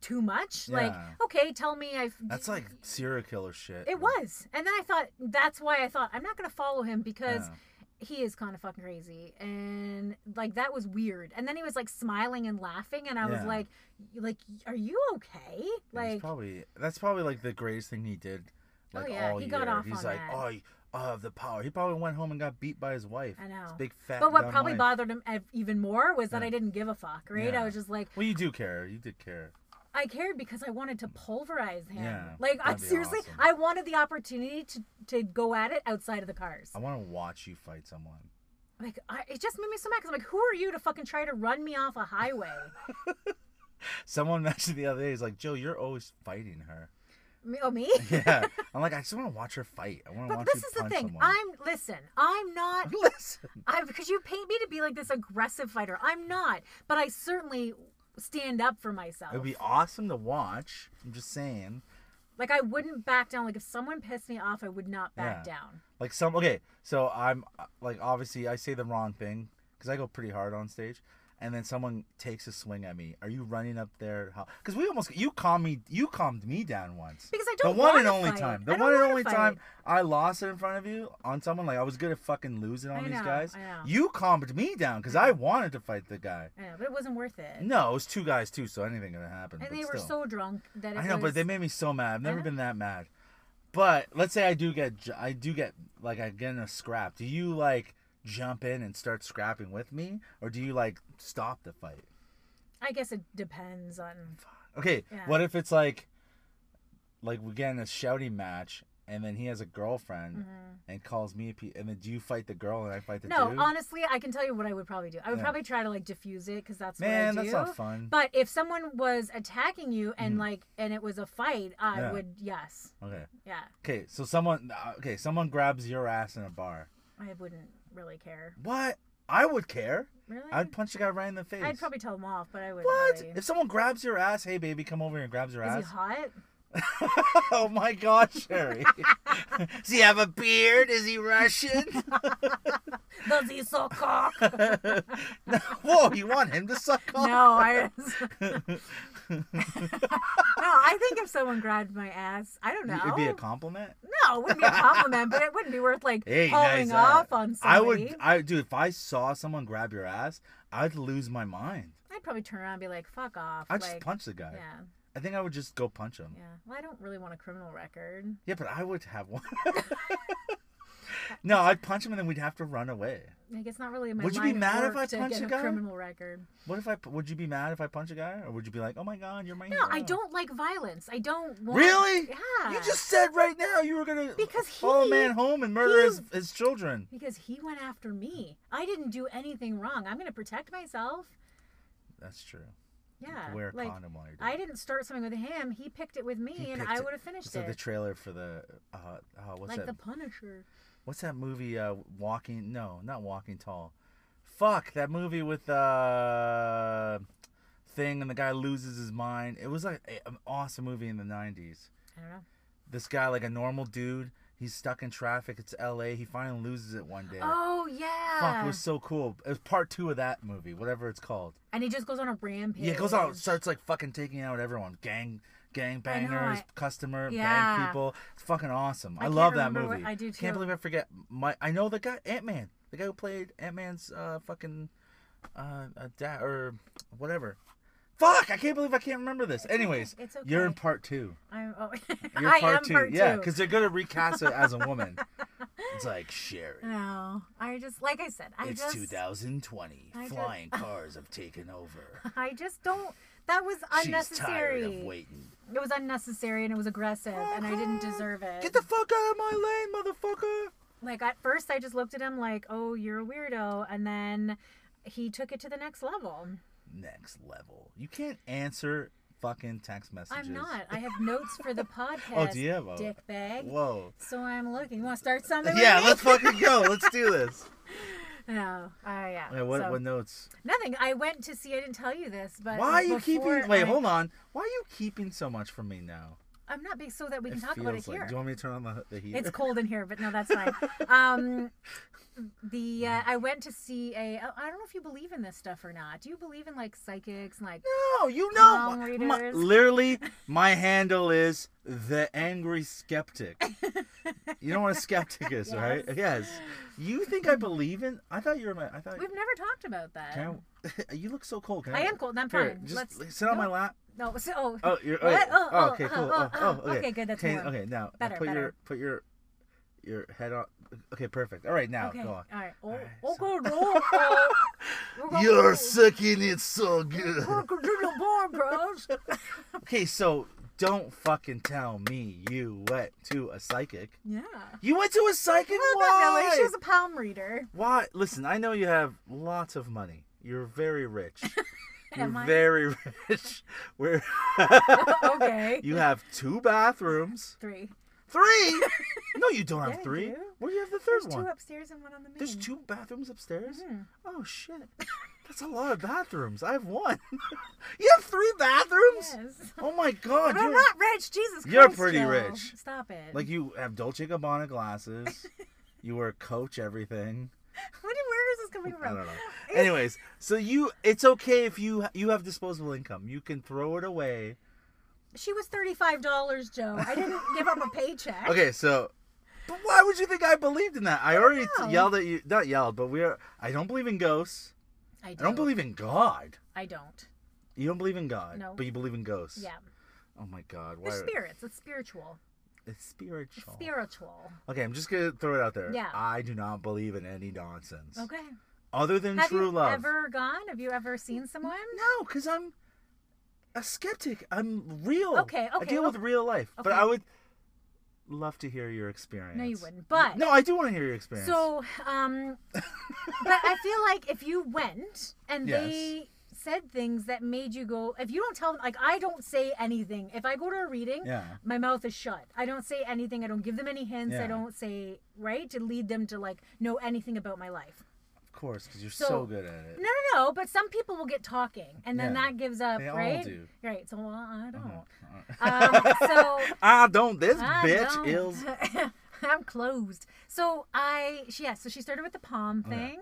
too much. Like Yeah. okay, tell me I've. That's like serial killer shit. It was. And then I thought that's why I thought I'm not going to follow him because Yeah. he is kind of fucking crazy. And like that was weird. And then he was like smiling and laughing and I was Yeah. like y- like are you okay? Like, Like Oh, probably that's probably like the greatest thing he did. Like yeah, all he year. got off He's on like, that. oh, I- I have the power. He probably went home and got beat by his wife. I His know. big fat. But what dumb probably wife. bothered him ev- even more was that Yeah. I didn't give a fuck, right? Yeah. I was just like Well, you do care. You did care. I cared because I wanted to pulverize him. Yeah, like I that'd be seriously awesome. I wanted the opportunity to to go at it outside of the cars. I want to watch you fight someone. Like I, it just made me so mad cuz I'm like who are you to fucking try to run me off a highway? Someone mentioned the other day, he's like, Joe, you're always fighting her. Me- oh me? Yeah. I'm like, I just want to watch her fight. I want to But watch this you is the punch thing. someone. I'm listen. I'm not. Listen. I because you paint me to be like this aggressive fighter. I'm not. But I certainly stand up for myself. It would be awesome to watch. I'm just saying. like I wouldn't back down. Like if someone pissed me off, I would not back Yeah. down. Like some okay, so I'm uh, like obviously I say the wrong thing because I go pretty hard on stage, and then someone takes a swing at me. Are you running up there? Because we almost you calm me you calmed me down once. Because I don't the one wanna and only fight. time. I The don't one and wanna only fight. time I lost it in front of you on someone. Like I was good at fucking losing on I these know, guys. I know. You calmed me down because I wanted to fight the guy. I know, but it wasn't worth it. No, it was two guys too, so anything could happen. and Mm, but they were still. so drunk I that it know, was, Uh-huh. but they made me so mad. I've never know. been that mad. But let's say I do get, j- I do get like I get in a scrap. Do you like jump in and start scrapping with me, or do you like stop the fight? I guess it depends on. Okay, Yeah. what if it's like, like we get in a shouting match, and then he has a girlfriend and calls me a pe- and then do you fight the girl and I fight the Mm-hmm. No, dude? honestly, I can tell you what I would probably do. I would Yeah. probably try to like diffuse it because that's Man, what I that's do. not fun. Mm. But if someone was attacking you and like and it was a fight, I Yeah. would yes, okay, yeah, okay, so someone, uh, okay, someone grabs your ass in a bar. I wouldn't really care. What? I would care. Really? I'd punch the guy right in the face. I'd probably tell him off, but I would. What? Really. If someone grabs your ass, hey baby, come over here and grabs your Is he ass. hot? oh my God, Sherry. Does he have a beard? Is he Russian? Does he suck cock? no. Whoa, you want him to suck off? no, I. no, I think if someone grabbed my ass, I don't know. It'd be a compliment. no, it wouldn't be a compliment, but it wouldn't be worth like Hey, hauling nice off ass. on I somebody. would, I dude. If I saw someone grab your ass, I'd lose my mind. I'd probably turn around and be like, "Fuck off!" I'd like, just punch the guy. Yeah, I think I would just go punch him. yeah. Well, I don't really want a criminal record. Yeah, but I would have one. no, I'd punch him and then we'd have to run away. Like, it's not really in my Would you be line of mad if work I to punched get a guy? criminal record. What if I? Would you be mad if I punch a guy, or would you be like, "Oh my God, you're my No, hero"? I don't like violence. I don't want. Really? Yeah. You just said right now you were gonna Because follow he- man home and murder he- his, his children. Because he went after me. I didn't do anything wrong. I'm going to protect myself. That's true. Yeah. Wear a like, condom while you're doing. I didn't start something with him. He picked it with me, He and picked I it. would have finished So the it. trailer for the uh, uh what's that? Like the Punisher. What's that movie? Uh, Walking? No, not Walking Tall. fuck that movie with uh thing and the guy loses his mind. It was like a, an awesome movie in the '90s. I don't know. This guy, like a normal dude, he's stuck in traffic. It's L.A. He finally loses it one day. Oh Fuck, yeah. it was so cool. It was part two of that movie, whatever it's called. and he just goes on a rampage. Yeah, it goes out, starts like fucking taking out everyone, gang, gang bangers, I- customer, bang Yeah. people. It's fucking awesome. I, can't love that remember what- movie. I do Can't too. believe I forget. My, I know the guy Ant Man, the guy who played Ant Man's uh, fucking uh, uh, dad or whatever. Fuck! I can't believe I can't remember this. Anyways, It's you're in okay. part two. I'm, oh, You're I part am two. part Yeah, two. because they're gonna recast it as a woman. it's like Sherry. No, I just like I said, I It's just 2020. I just- Flying cars have taken over. I just don't. That was unnecessary. waiting. It was unnecessary and it was aggressive, and I didn't deserve it. Oh, Get the fuck out of my lane, motherfucker! like at first, I just looked at him like, "Oh, you're a weirdo," and then he took it to the next level. Next level. You can't answer fucking text messages. I'm not. I have notes for the podcast. Oh, do you have a- dick bag? Whoa. So I'm looking. You want to start something? Yeah, With let's fucking go. Let's do this. me? No. Oh, yeah. Okay, what, So- what notes? Nothing. I went to see. I didn't tell you this, but Why are you before keeping? Wait, I- hold on. Why are you keeping so much from me now? I'm not being so that we can talk about it here. Do you want me to turn on the, the heat? It's cold in here, but no, that's fine. Um, the uh, I went to see a. oh, I I don't know if you believe in this stuff or not. Do you believe in like psychics and like? No, you know. Palm my- my- readers. literally, my handle is the angry skeptic. you know what a skeptic is, right? Yes. You think I believe in? I thought you were my. I thought. We've never talked about that. Can I- you look so cold. Can I am cold, and I'm Here, fine. Just Let's- l- sit on my no. lap. No. So. Oh. Oh, you're. What? Okay. Oh, oh, oh, okay, oh, cool. oh, Oh, oh, oh, okay. okay, good, that's okay, warm. Okay, now now Better, put your better. put your your head on. Okay, perfect. All right, now okay. go on. All right. Oh. All right, oh, so- good. Oh, oh. We're going to- sucking it so good. we're going to the bar, bros. okay, so don't fucking tell me you went to a psychic. Yeah. You went to a psychic? Well, not Why? really. She was a palm reader. Why? Listen, I know you have lots of money. You're very rich. Am You're I? very rich. Where okay. you have two bathrooms. Three. Three? No, you don't have Yeah, I three. do. Where do you have the third There's one? two Mm-hmm. upstairs and one on the main. There's two bathrooms upstairs? Oh, shit. That's a lot of bathrooms. I have one. you have three bathrooms? Yes. Oh my god. But I'm You're, not rich. Jesus You're Christ, pretty Joe. rich. Stop it. like, you have Dolce Gabbana glasses. you wear Coach everything. Where did- where is this coming I from? don't know. Anyways, so you, it's okay if you you have disposable income. You can throw it away. She was thirty-five dollars, Joe. I didn't give up a paycheck. Okay, so, but why would you think I believed in that? I already know. yelled at you, not yelled, but we are. I don't believe in ghosts. I, I do. don't believe in God. I don't. You don't believe in God, No. but you believe in ghosts. Yeah, Oh my God. Why? Oh. they're spirits. It's spiritual. It's spiritual. Spiritual. okay, I'm just gonna throw it out there. Yeah. I do not believe in any nonsense. Okay. Other than Have true you love. ever gone? Have you ever seen someone? No, because I'm a skeptic. I'm real. Okay, I okay, deal with okay. real life, but Okay. I would love to hear your experience. No, you wouldn't. But No, I do want to hear your experience. so, um, but I feel like if you went and Yes. they said things that made you go, if you don't tell them, like I don't say anything. If I go to a reading, Yeah. my mouth is shut. I don't say anything. I don't give them any hints. Yeah. I don't say right to lead them to like know anything about my life. Of course, because you're so, so- good at it. No, no, no. But some people will get talking, and then Yeah. that gives up, They all right? do. Uh-huh. Right. So well, I don't. um, so I don't. This I bitch don't. is. I'm closed. So I, she- yeah. So she started with the palm thing,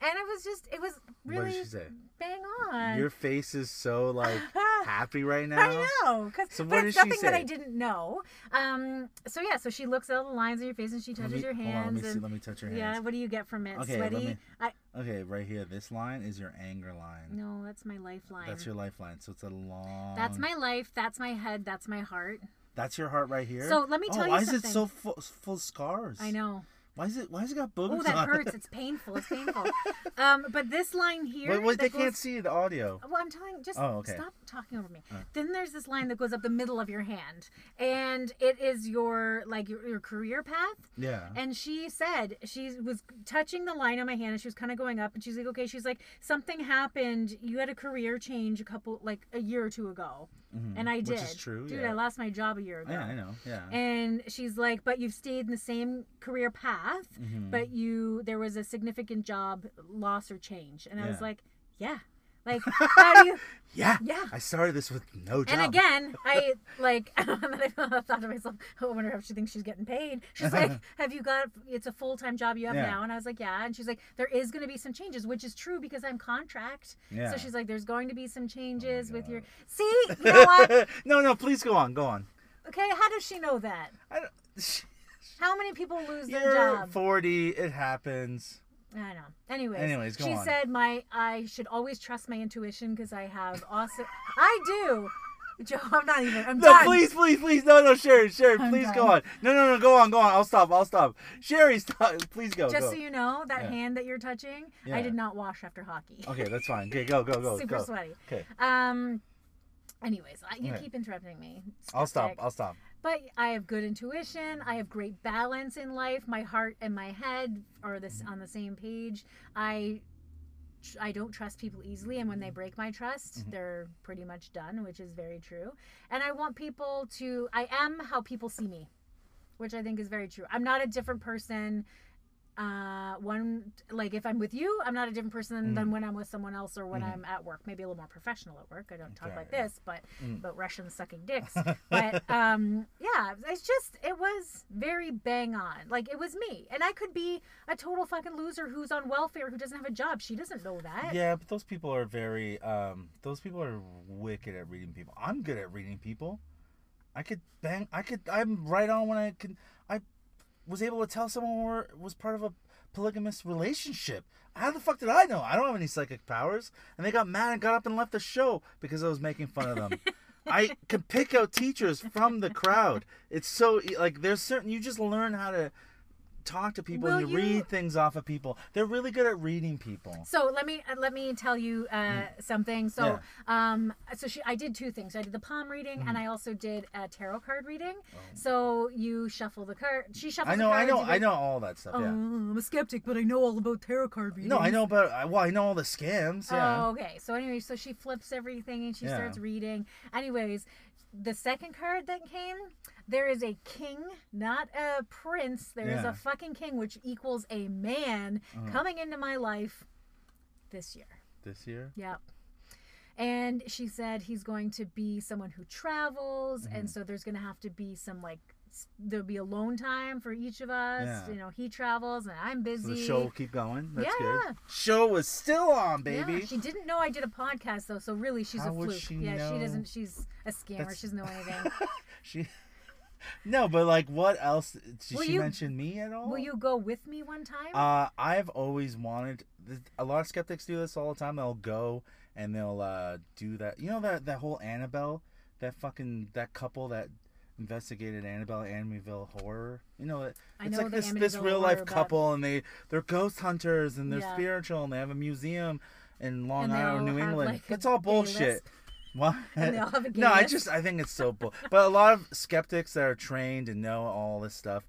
and it was just, it was Oh, What really did she say? bang on. Your face is so like happy right now. I know, cause So what but it's did she something that I say? didn't know. Um, so yeah, so she looks at all the lines on your face and she Let touches me, your hold on, let hands. me see. and- Let me touch your Yeah, hands. what do you get from it? Okay, let Sweaty? me- I Okay, right here. This line is your anger line. no, that's my lifeline. That's your lifeline. So it's a long. That's my life. That's my head. That's my heart. That's your heart right here. So let me Oh, tell you why is it something. so full, full scars? I know. Why is it? Why has it got boogers Oh, that on hurts. it? It's painful. It's painful. um, but this line here. Wait, wait, that they goes- can't see the audio. Well, I'm telling. Just Oh, okay. stop talking over me. Then there's this line that goes up the middle of your hand, and it is your like your, your career path. Yeah. And she said she was touching the line on my hand and she was kind of going up and she's like, okay, she's like, something happened. You had a career change a couple, like a year or two ago. And I did. Mm-hmm. Which is true, Dude, yeah. I lost my job a year ago. yeah, I know. Yeah. And she's like, but you've stayed in the same career path path, Mm-hmm. but you there was a significant job loss or change, and I was Yeah. like, yeah, like how do you? Yeah. Yeah. I started this with no job. And again, I like and then I thought to myself, I wonder if she thinks she's getting paid. She's like, "Have you got? It's a full time job you have Yeah. now." And I was like, "Yeah." And she's like, "There is going to be some changes, which is true because I'm contract." Yeah. Oh So she's like, "There's going to be some changes with your see." You know what? no, no, please go on. Go on. Okay, how does she know that? I don't, How many people lose their you're job? 40. It happens. I know. Anyways, Anyways, go she on. said my I should always trust my intuition because I have awesome. I do. Joe, I'm not even. I'm No, done. please, please, please. No, no, Sherry, Sherry, I'm please go done. on. No, no, no, go on, go on. I'll stop, I'll stop. Sherry, stop. Please go. Just go. so you know, that Yeah. hand that you're touching, Yeah. I did not wash after hockey. Okay, that's fine. Okay, go, go, go. Super go. sweaty. Okay, Um. Anyways, I, you Okay. keep interrupting me. I'll stop, Skeptic. I'll stop. But I have good intuition. I have great balance in life. My heart and my head are this on the same page. I tr- I don't trust people easily, and when they break my trust, they're pretty much done, which is very true. And I want people to. I am how people see me, which I think is very true. I'm not a different person. Uh, one like if I'm with you, I'm not a different person than when I'm with someone else or when I'm at work. Maybe a little more professional at work. I don't talk Okay. like this, but Mm. but Russians sucking dicks. but um, yeah, it's just it was very bang on. Like it was me, and I could be a total fucking loser who's on welfare who doesn't have a job. She doesn't know that. Yeah, but those people are very, um, those people are wicked at reading people. I'm good at reading people. I could bang, I could, I'm right on when I can, I was able to tell someone were, was part of a polygamous relationship. How the fuck did I know? I don't have any psychic powers. And they got mad and got up and left the show because I was making fun of them. I can pick out teachers from the crowd. It's so, e- like, there's certain, you just learn how to talk to people Will and you you- read things off of people. They're really good at reading people. So let me uh, let me tell you uh, Mm. something. So um, so she, I did two things. I did the palm reading, Mm. and I also did a tarot card reading. So you shuffle the card. She shuffles. Oh. I know, the I cards, know, you go, I know all that stuff. Oh, yeah. I'm a skeptic, but I know all about tarot card reading. No, I know about. I- Well, I know all the scams. Oh, Yeah. okay. So anyway, so she flips everything and she Yeah. starts reading. Anyways, the second card that came, there is a king, not a prince. There is Yeah. Uh-huh. a fucking king, which equals a man coming into my life this year. This year. Yep. And she said he's going to be someone who travels, Mm-hmm. and so there's going to have to be some like s- there'll be alone time for each of us. Yeah. You know, he travels and I'm So busy. the show will keep going. That's Yeah. good. Show was still on, baby. Yeah, she didn't know I did a podcast though, so really she's How a would fluke. she yeah, know? she doesn't. She's a scammer. That's- She doesn't know anything. she. No, but like, what else? Did Will she you- mention me at all? Will you go with me one time? Uh, I've always wanted. th- A lot of skeptics do this all the time. They'll go and they'll uh, do that. You know that that whole Annabelle, that fucking that couple that investigated Annabelle Amityville horror. You know, it- I it's know like the this this Amityville real life Horror, but- couple, and they they're ghost hunters and they're Yeah. spiritual, and they have a museum in Long And they Island, all New have, England. like, a That's all gay bullshit. lisp. What? they all have a gay no, I lisp. just I think it's so bull. But a lot of skeptics that are trained and know all this stuff,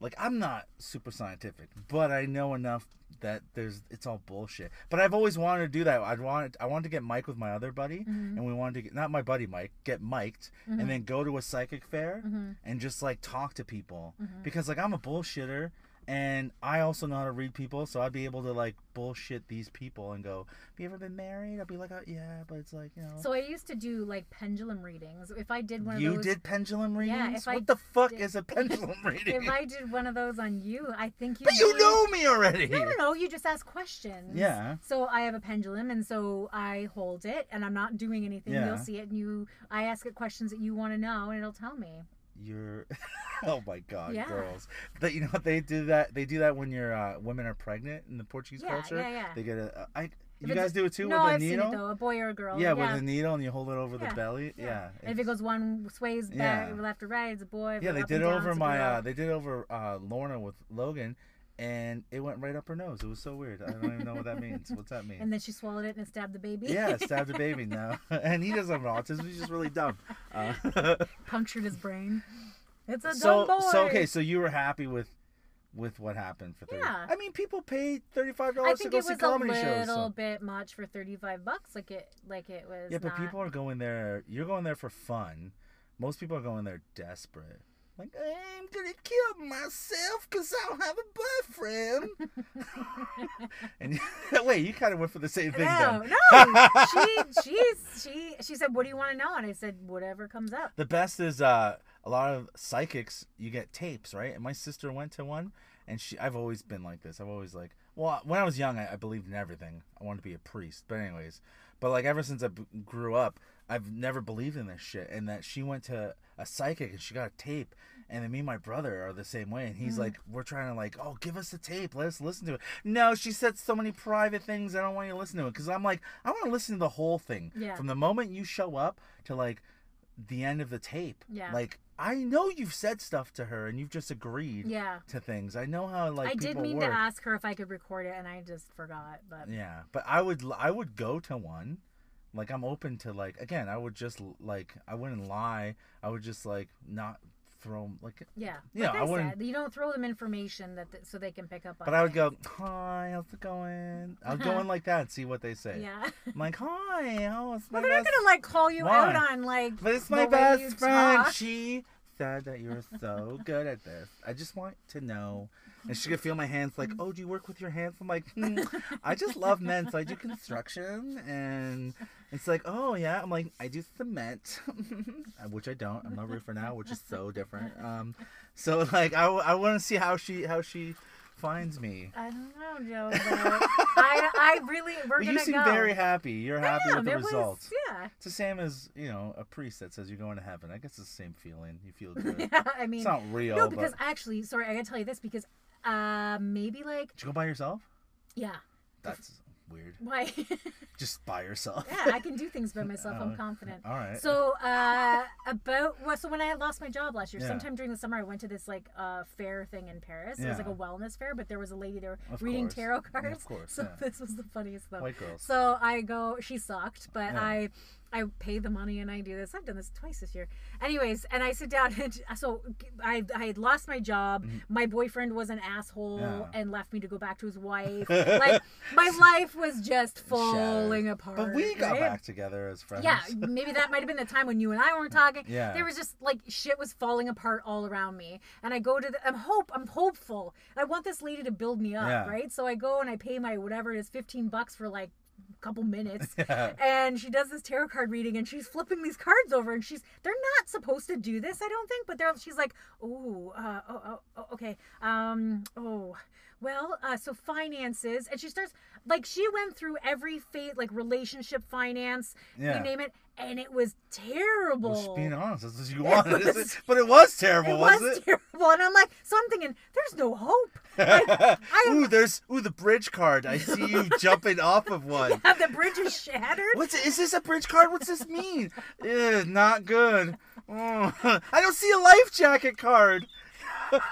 like I'm not super scientific, but I know enough that there's it's all bullshit. But I've always wanted to do that. I'd wanted I wanted to get Mike with my other buddy, Mm-hmm. and we wanted to get not my buddy Mike get mic'd, and then go to a psychic fair Mm-hmm. and just like talk to people because like I'm a bullshitter. And I also know how to read people, so I'd be able to like bullshit these people and go, "Have you ever been married?" I'll be like, oh, "Yeah," but it's like you know. so I used to do like pendulum readings. If I did one of You those, did pendulum readings? Yeah, if what I the fuck did- is a pendulum reading? if I did one of those on you, I think you. But you really- know me already. No, no, no. You just ask questions. Yeah. So I have a pendulum, and so I hold it, and I'm not doing anything. Yeah. You'll see it, and you. I ask it questions that you want to know, and it'll tell me. You're Oh my god, Yeah. girls. That you know what they do that they do that when your uh, women are pregnant in the Portuguese Yeah, culture. yeah, yeah. They get a uh, I If you it's- guys do it too No, with a I've needle? seen it though. A boy or a girl. Yeah, with a needle and you hold it over the Yeah, belly. Yeah. And if it's- it goes one sways back Yeah. left or right, it's a boy. if Yeah, it they up did and it down, over it's a my girl. uh, they did it over uh, Lorna with Logan and it went right up her nose. It was so weird. I don't even know what that means. What's that mean? and then she swallowed it and stabbed the baby. Yeah, stabbed a baby now. and he doesn't have autism. He's just really dumb. Uh, Punctured his brain. It's a so, dumb boy. so okay, so you were happy with with what happened for thirty. Yeah. I mean, people pay thirty five I dollars to think go it see was a comedy little shows. so- bit much for thirty-five bucks. Like it, like it was. Yeah, but not- people are going there. You're going there for fun. Most people are going there desperate. Like, I'm gonna kill myself because I don't have a boyfriend. and wait, you kind of went for the same thing No, then. no. she, she's, she, she said, "What do you want to know?" And I said, "Whatever comes up." The best is uh, a lot of psychics. You get tapes, right? And my sister went to one, and she. I've always been like this. I've always like. Well, when I was young, I, I believed in everything. I wanted to be a priest, but anyways. But like ever since I b- grew up, I've never believed in this shit. And that she went to a psychic and she got a tape. And then me and my brother are the same way. And he's like, we're trying to like, oh, give us the tape. Let us listen to it. No, she said so many private things. I don't want you to listen to it because I'm like, I want to listen to the whole thing Yeah. from the moment you show up to like the end of the tape. Yeah. Like I know you've said stuff to her and you've just agreed Yeah. to things. I know how like I did people mean work. to ask her if I could record it, and I just forgot. But Yeah, but I would l- I would go to one. Like I'm open to like again, I would just l- like I wouldn't lie. I would just like not throw like yeah, Yeah, like I I, wouldn't- said, you don't throw them information that th- so they can pick up on. but I would it. go, "Hi, how's it going?" I'll go in like that and see what they say. Yeah. I'm like, "Hi, how is my Well, they're not best- gonna like call you Why? out on like. But it's the my way you best friend. talk. She said that you were so good at this. I just want to know. And she could feel my hands like, oh, do you work with your hands? I'm like, hmm, I just love men, so I do construction. And it's like, oh, yeah. I'm like, I do cement, Uh, which I don't. I'm a roofer now, which is so different. Um, so, like, I, want to see how she how she finds me. I don't know, Joe. But I, I really we're But gonna you seem go. very happy. You're happy Damn, with the it was- results. yeah. It's the same as, you know, a priest that says you're going to heaven. I guess it's the same feeling. You feel good. I mean, It's not real. no, because but... actually, sorry, I gotta tell you this because uh maybe like Did you go by yourself? yeah, That's weird. why? Just by yourself. yeah, I can do things by myself. I'm Oh, confident. All right. So uh, about well, so when I lost my job last year, Yeah. sometime during the summer, I went to this like uh, fair thing in Paris. It was like a Yeah. wellness fair, but there was a lady there Of reading course. tarot Yeah, of cards. course, So yeah. this was the funniest though. White girls. So I go. She sucked, but Yeah. I. I pay the money and I do this. I've done this twice this year. Anyways, and I sit down and so I, I had lost my job. My boyfriend was an asshole Mm-hmm. Yeah. and left me to go back to his wife. like my life was just falling Shattered. apart. But we got right? back together as friends. Yeah, maybe that might have been the time when you and I weren't talking. Yeah. There was just like shit was falling apart all around me. And I go to the I'm hope I'm hopeful. I want this lady to build me up, Yeah. right? So I go and I pay my whatever it is, fifteen bucks for like a couple minutes. Yeah. And she does this tarot card reading and she's flipping these cards over and she's they're not supposed to do this, I don't think, but they're she's like, Ooh, uh, oh, oh, oh, okay. Um, oh, well, uh, so finances, and she starts like she went through every fate, like relationship finance, Yeah. you name it, and it was terrible. Well, just being honest, that's what you wanted. was- isn't it? But it was terrible, it was wasn't it? terrible, and I'm like, so I'm thinking, there's no hope. Like, I ooh, there's ooh the bridge card. I see you jumping off of one. have the bridge is shattered. What's is this a bridge card? What's this mean? Ew, not good. Mm. I don't see a life jacket card.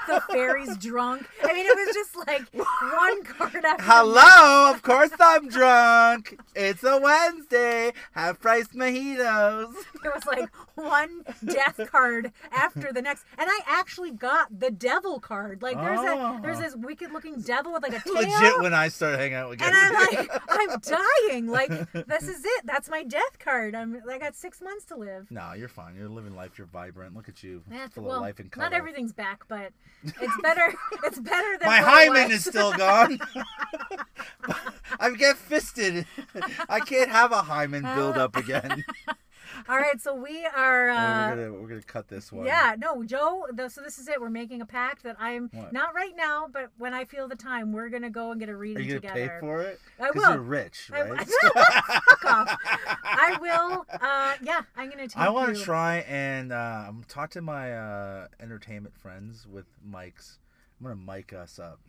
The fairy's drunk. I mean, it was just like one card after. Hello, of course I'm drunk. It's a Wednesday. Have priced mojitos. There was like one death card after the next, and I actually got the devil card. Like there's Oh. a there's this wicked looking devil with like a tail. Legit when I start hanging out with and guys. I'm like, I'm dying. Like this is it. That's my death card. I'm I got six months to live. No, you're fine. You're living life. You're vibrant. Look at you. That's full well, of life and color. not everything's back, but it's better. it's better than My what it hymen was. is still gone. I get fisted. I can't have a hymen Uh, build up again. All right, so we are. we're Uh, gonna we're gonna cut this one. yeah, no, Joe. Though, so this is it. We're making a pact that I'm What? not right now, but when I feel the time, we're gonna go and get a Are reading you gonna together. pay for it? I Because you're will. rich, I- right? Fuck off. I will. Uh, yeah, I'm gonna take. I want you. to try and uh, um, talk to my uh, entertainment friends with mics. I'm gonna mic us up,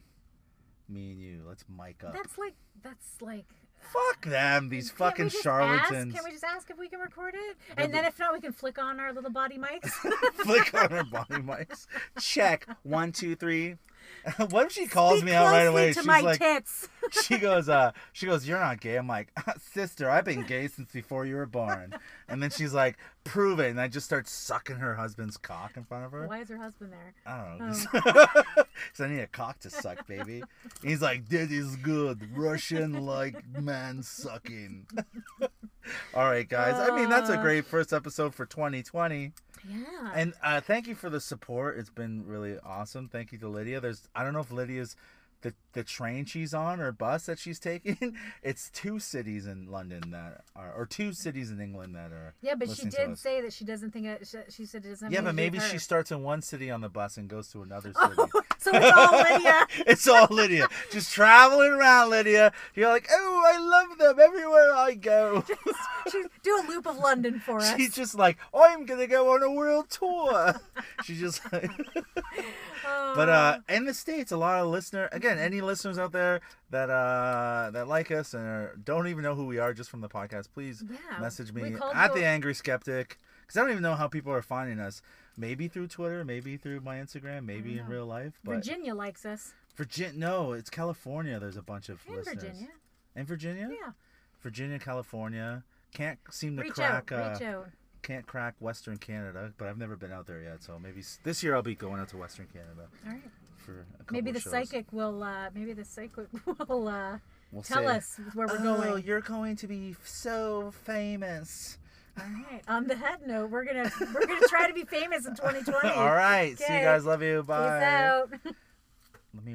me and you. Let's mic up. That's like. That's like. Fuck them, these can't we fucking just charlatans. Ask, can we just ask if we can record it, and then if not, we can flick on our little body mics. Flick on her body mics. Check one, two, three. what if she calls Speak me out right closely away? To She's my like, tits. she goes, uh, she goes, you're not gay. I'm like, sister, I've been gay since before you were born. And then she's like, prove it. And I just start sucking her husband's cock in front of her. Why is her husband there? I don't know. Oh. 'Cause I need a cock to suck, baby. And he's like, this is good. Russian like man sucking. All right, guys. I mean, that's a Uh. great first episode for 2020. Yeah. And uh, thank you for the support. It's been really awesome. Thank you to Lydia. There's I don't know if Lydia's the the train she's on or bus that she's taking. It's two cities in London that are or two cities in England that are. yeah, but she listening to did us. say that she doesn't think it, she, she Oh, said it doesn't. have Yeah, but anything to do maybe with she her. starts in one city on the bus and goes to another city. so it's all Lydia. it's all Lydia. Just traveling around, Lydia. You're like, oh, I love them everywhere I go. She do a loop of London for us. She's just like, I'm gonna go on a world tour. She just, Oh, but uh, in the states, a lot of listener. Again, any listeners out there that uh that like us and are, don't even know who we are just from the podcast, please Yeah, message we me called at you- the Angry Skeptic because I don't even know how people are finding us. Maybe through Twitter, maybe through my Instagram, maybe in real life. But Virginia, Virginia likes us. no, it's California. There's a bunch of And listeners. Virginia. And Virginia? Yeah. Virginia, California. Can't seem to Reach crack uh, out. Reach out. can't crack Western Canada, but I've never been out there yet. So maybe s- this year I'll be going out to Western Canada All right. for a couple Maybe of the shows. psychic will. Uh, maybe the psychic will uh, We'll tell say, us where we're Oh, going. you're going to be f- so famous. All right. On the head note, we're gonna we're gonna try to be famous in 2020. All right. See you Okay. guys. Love you. Peace Bye. out.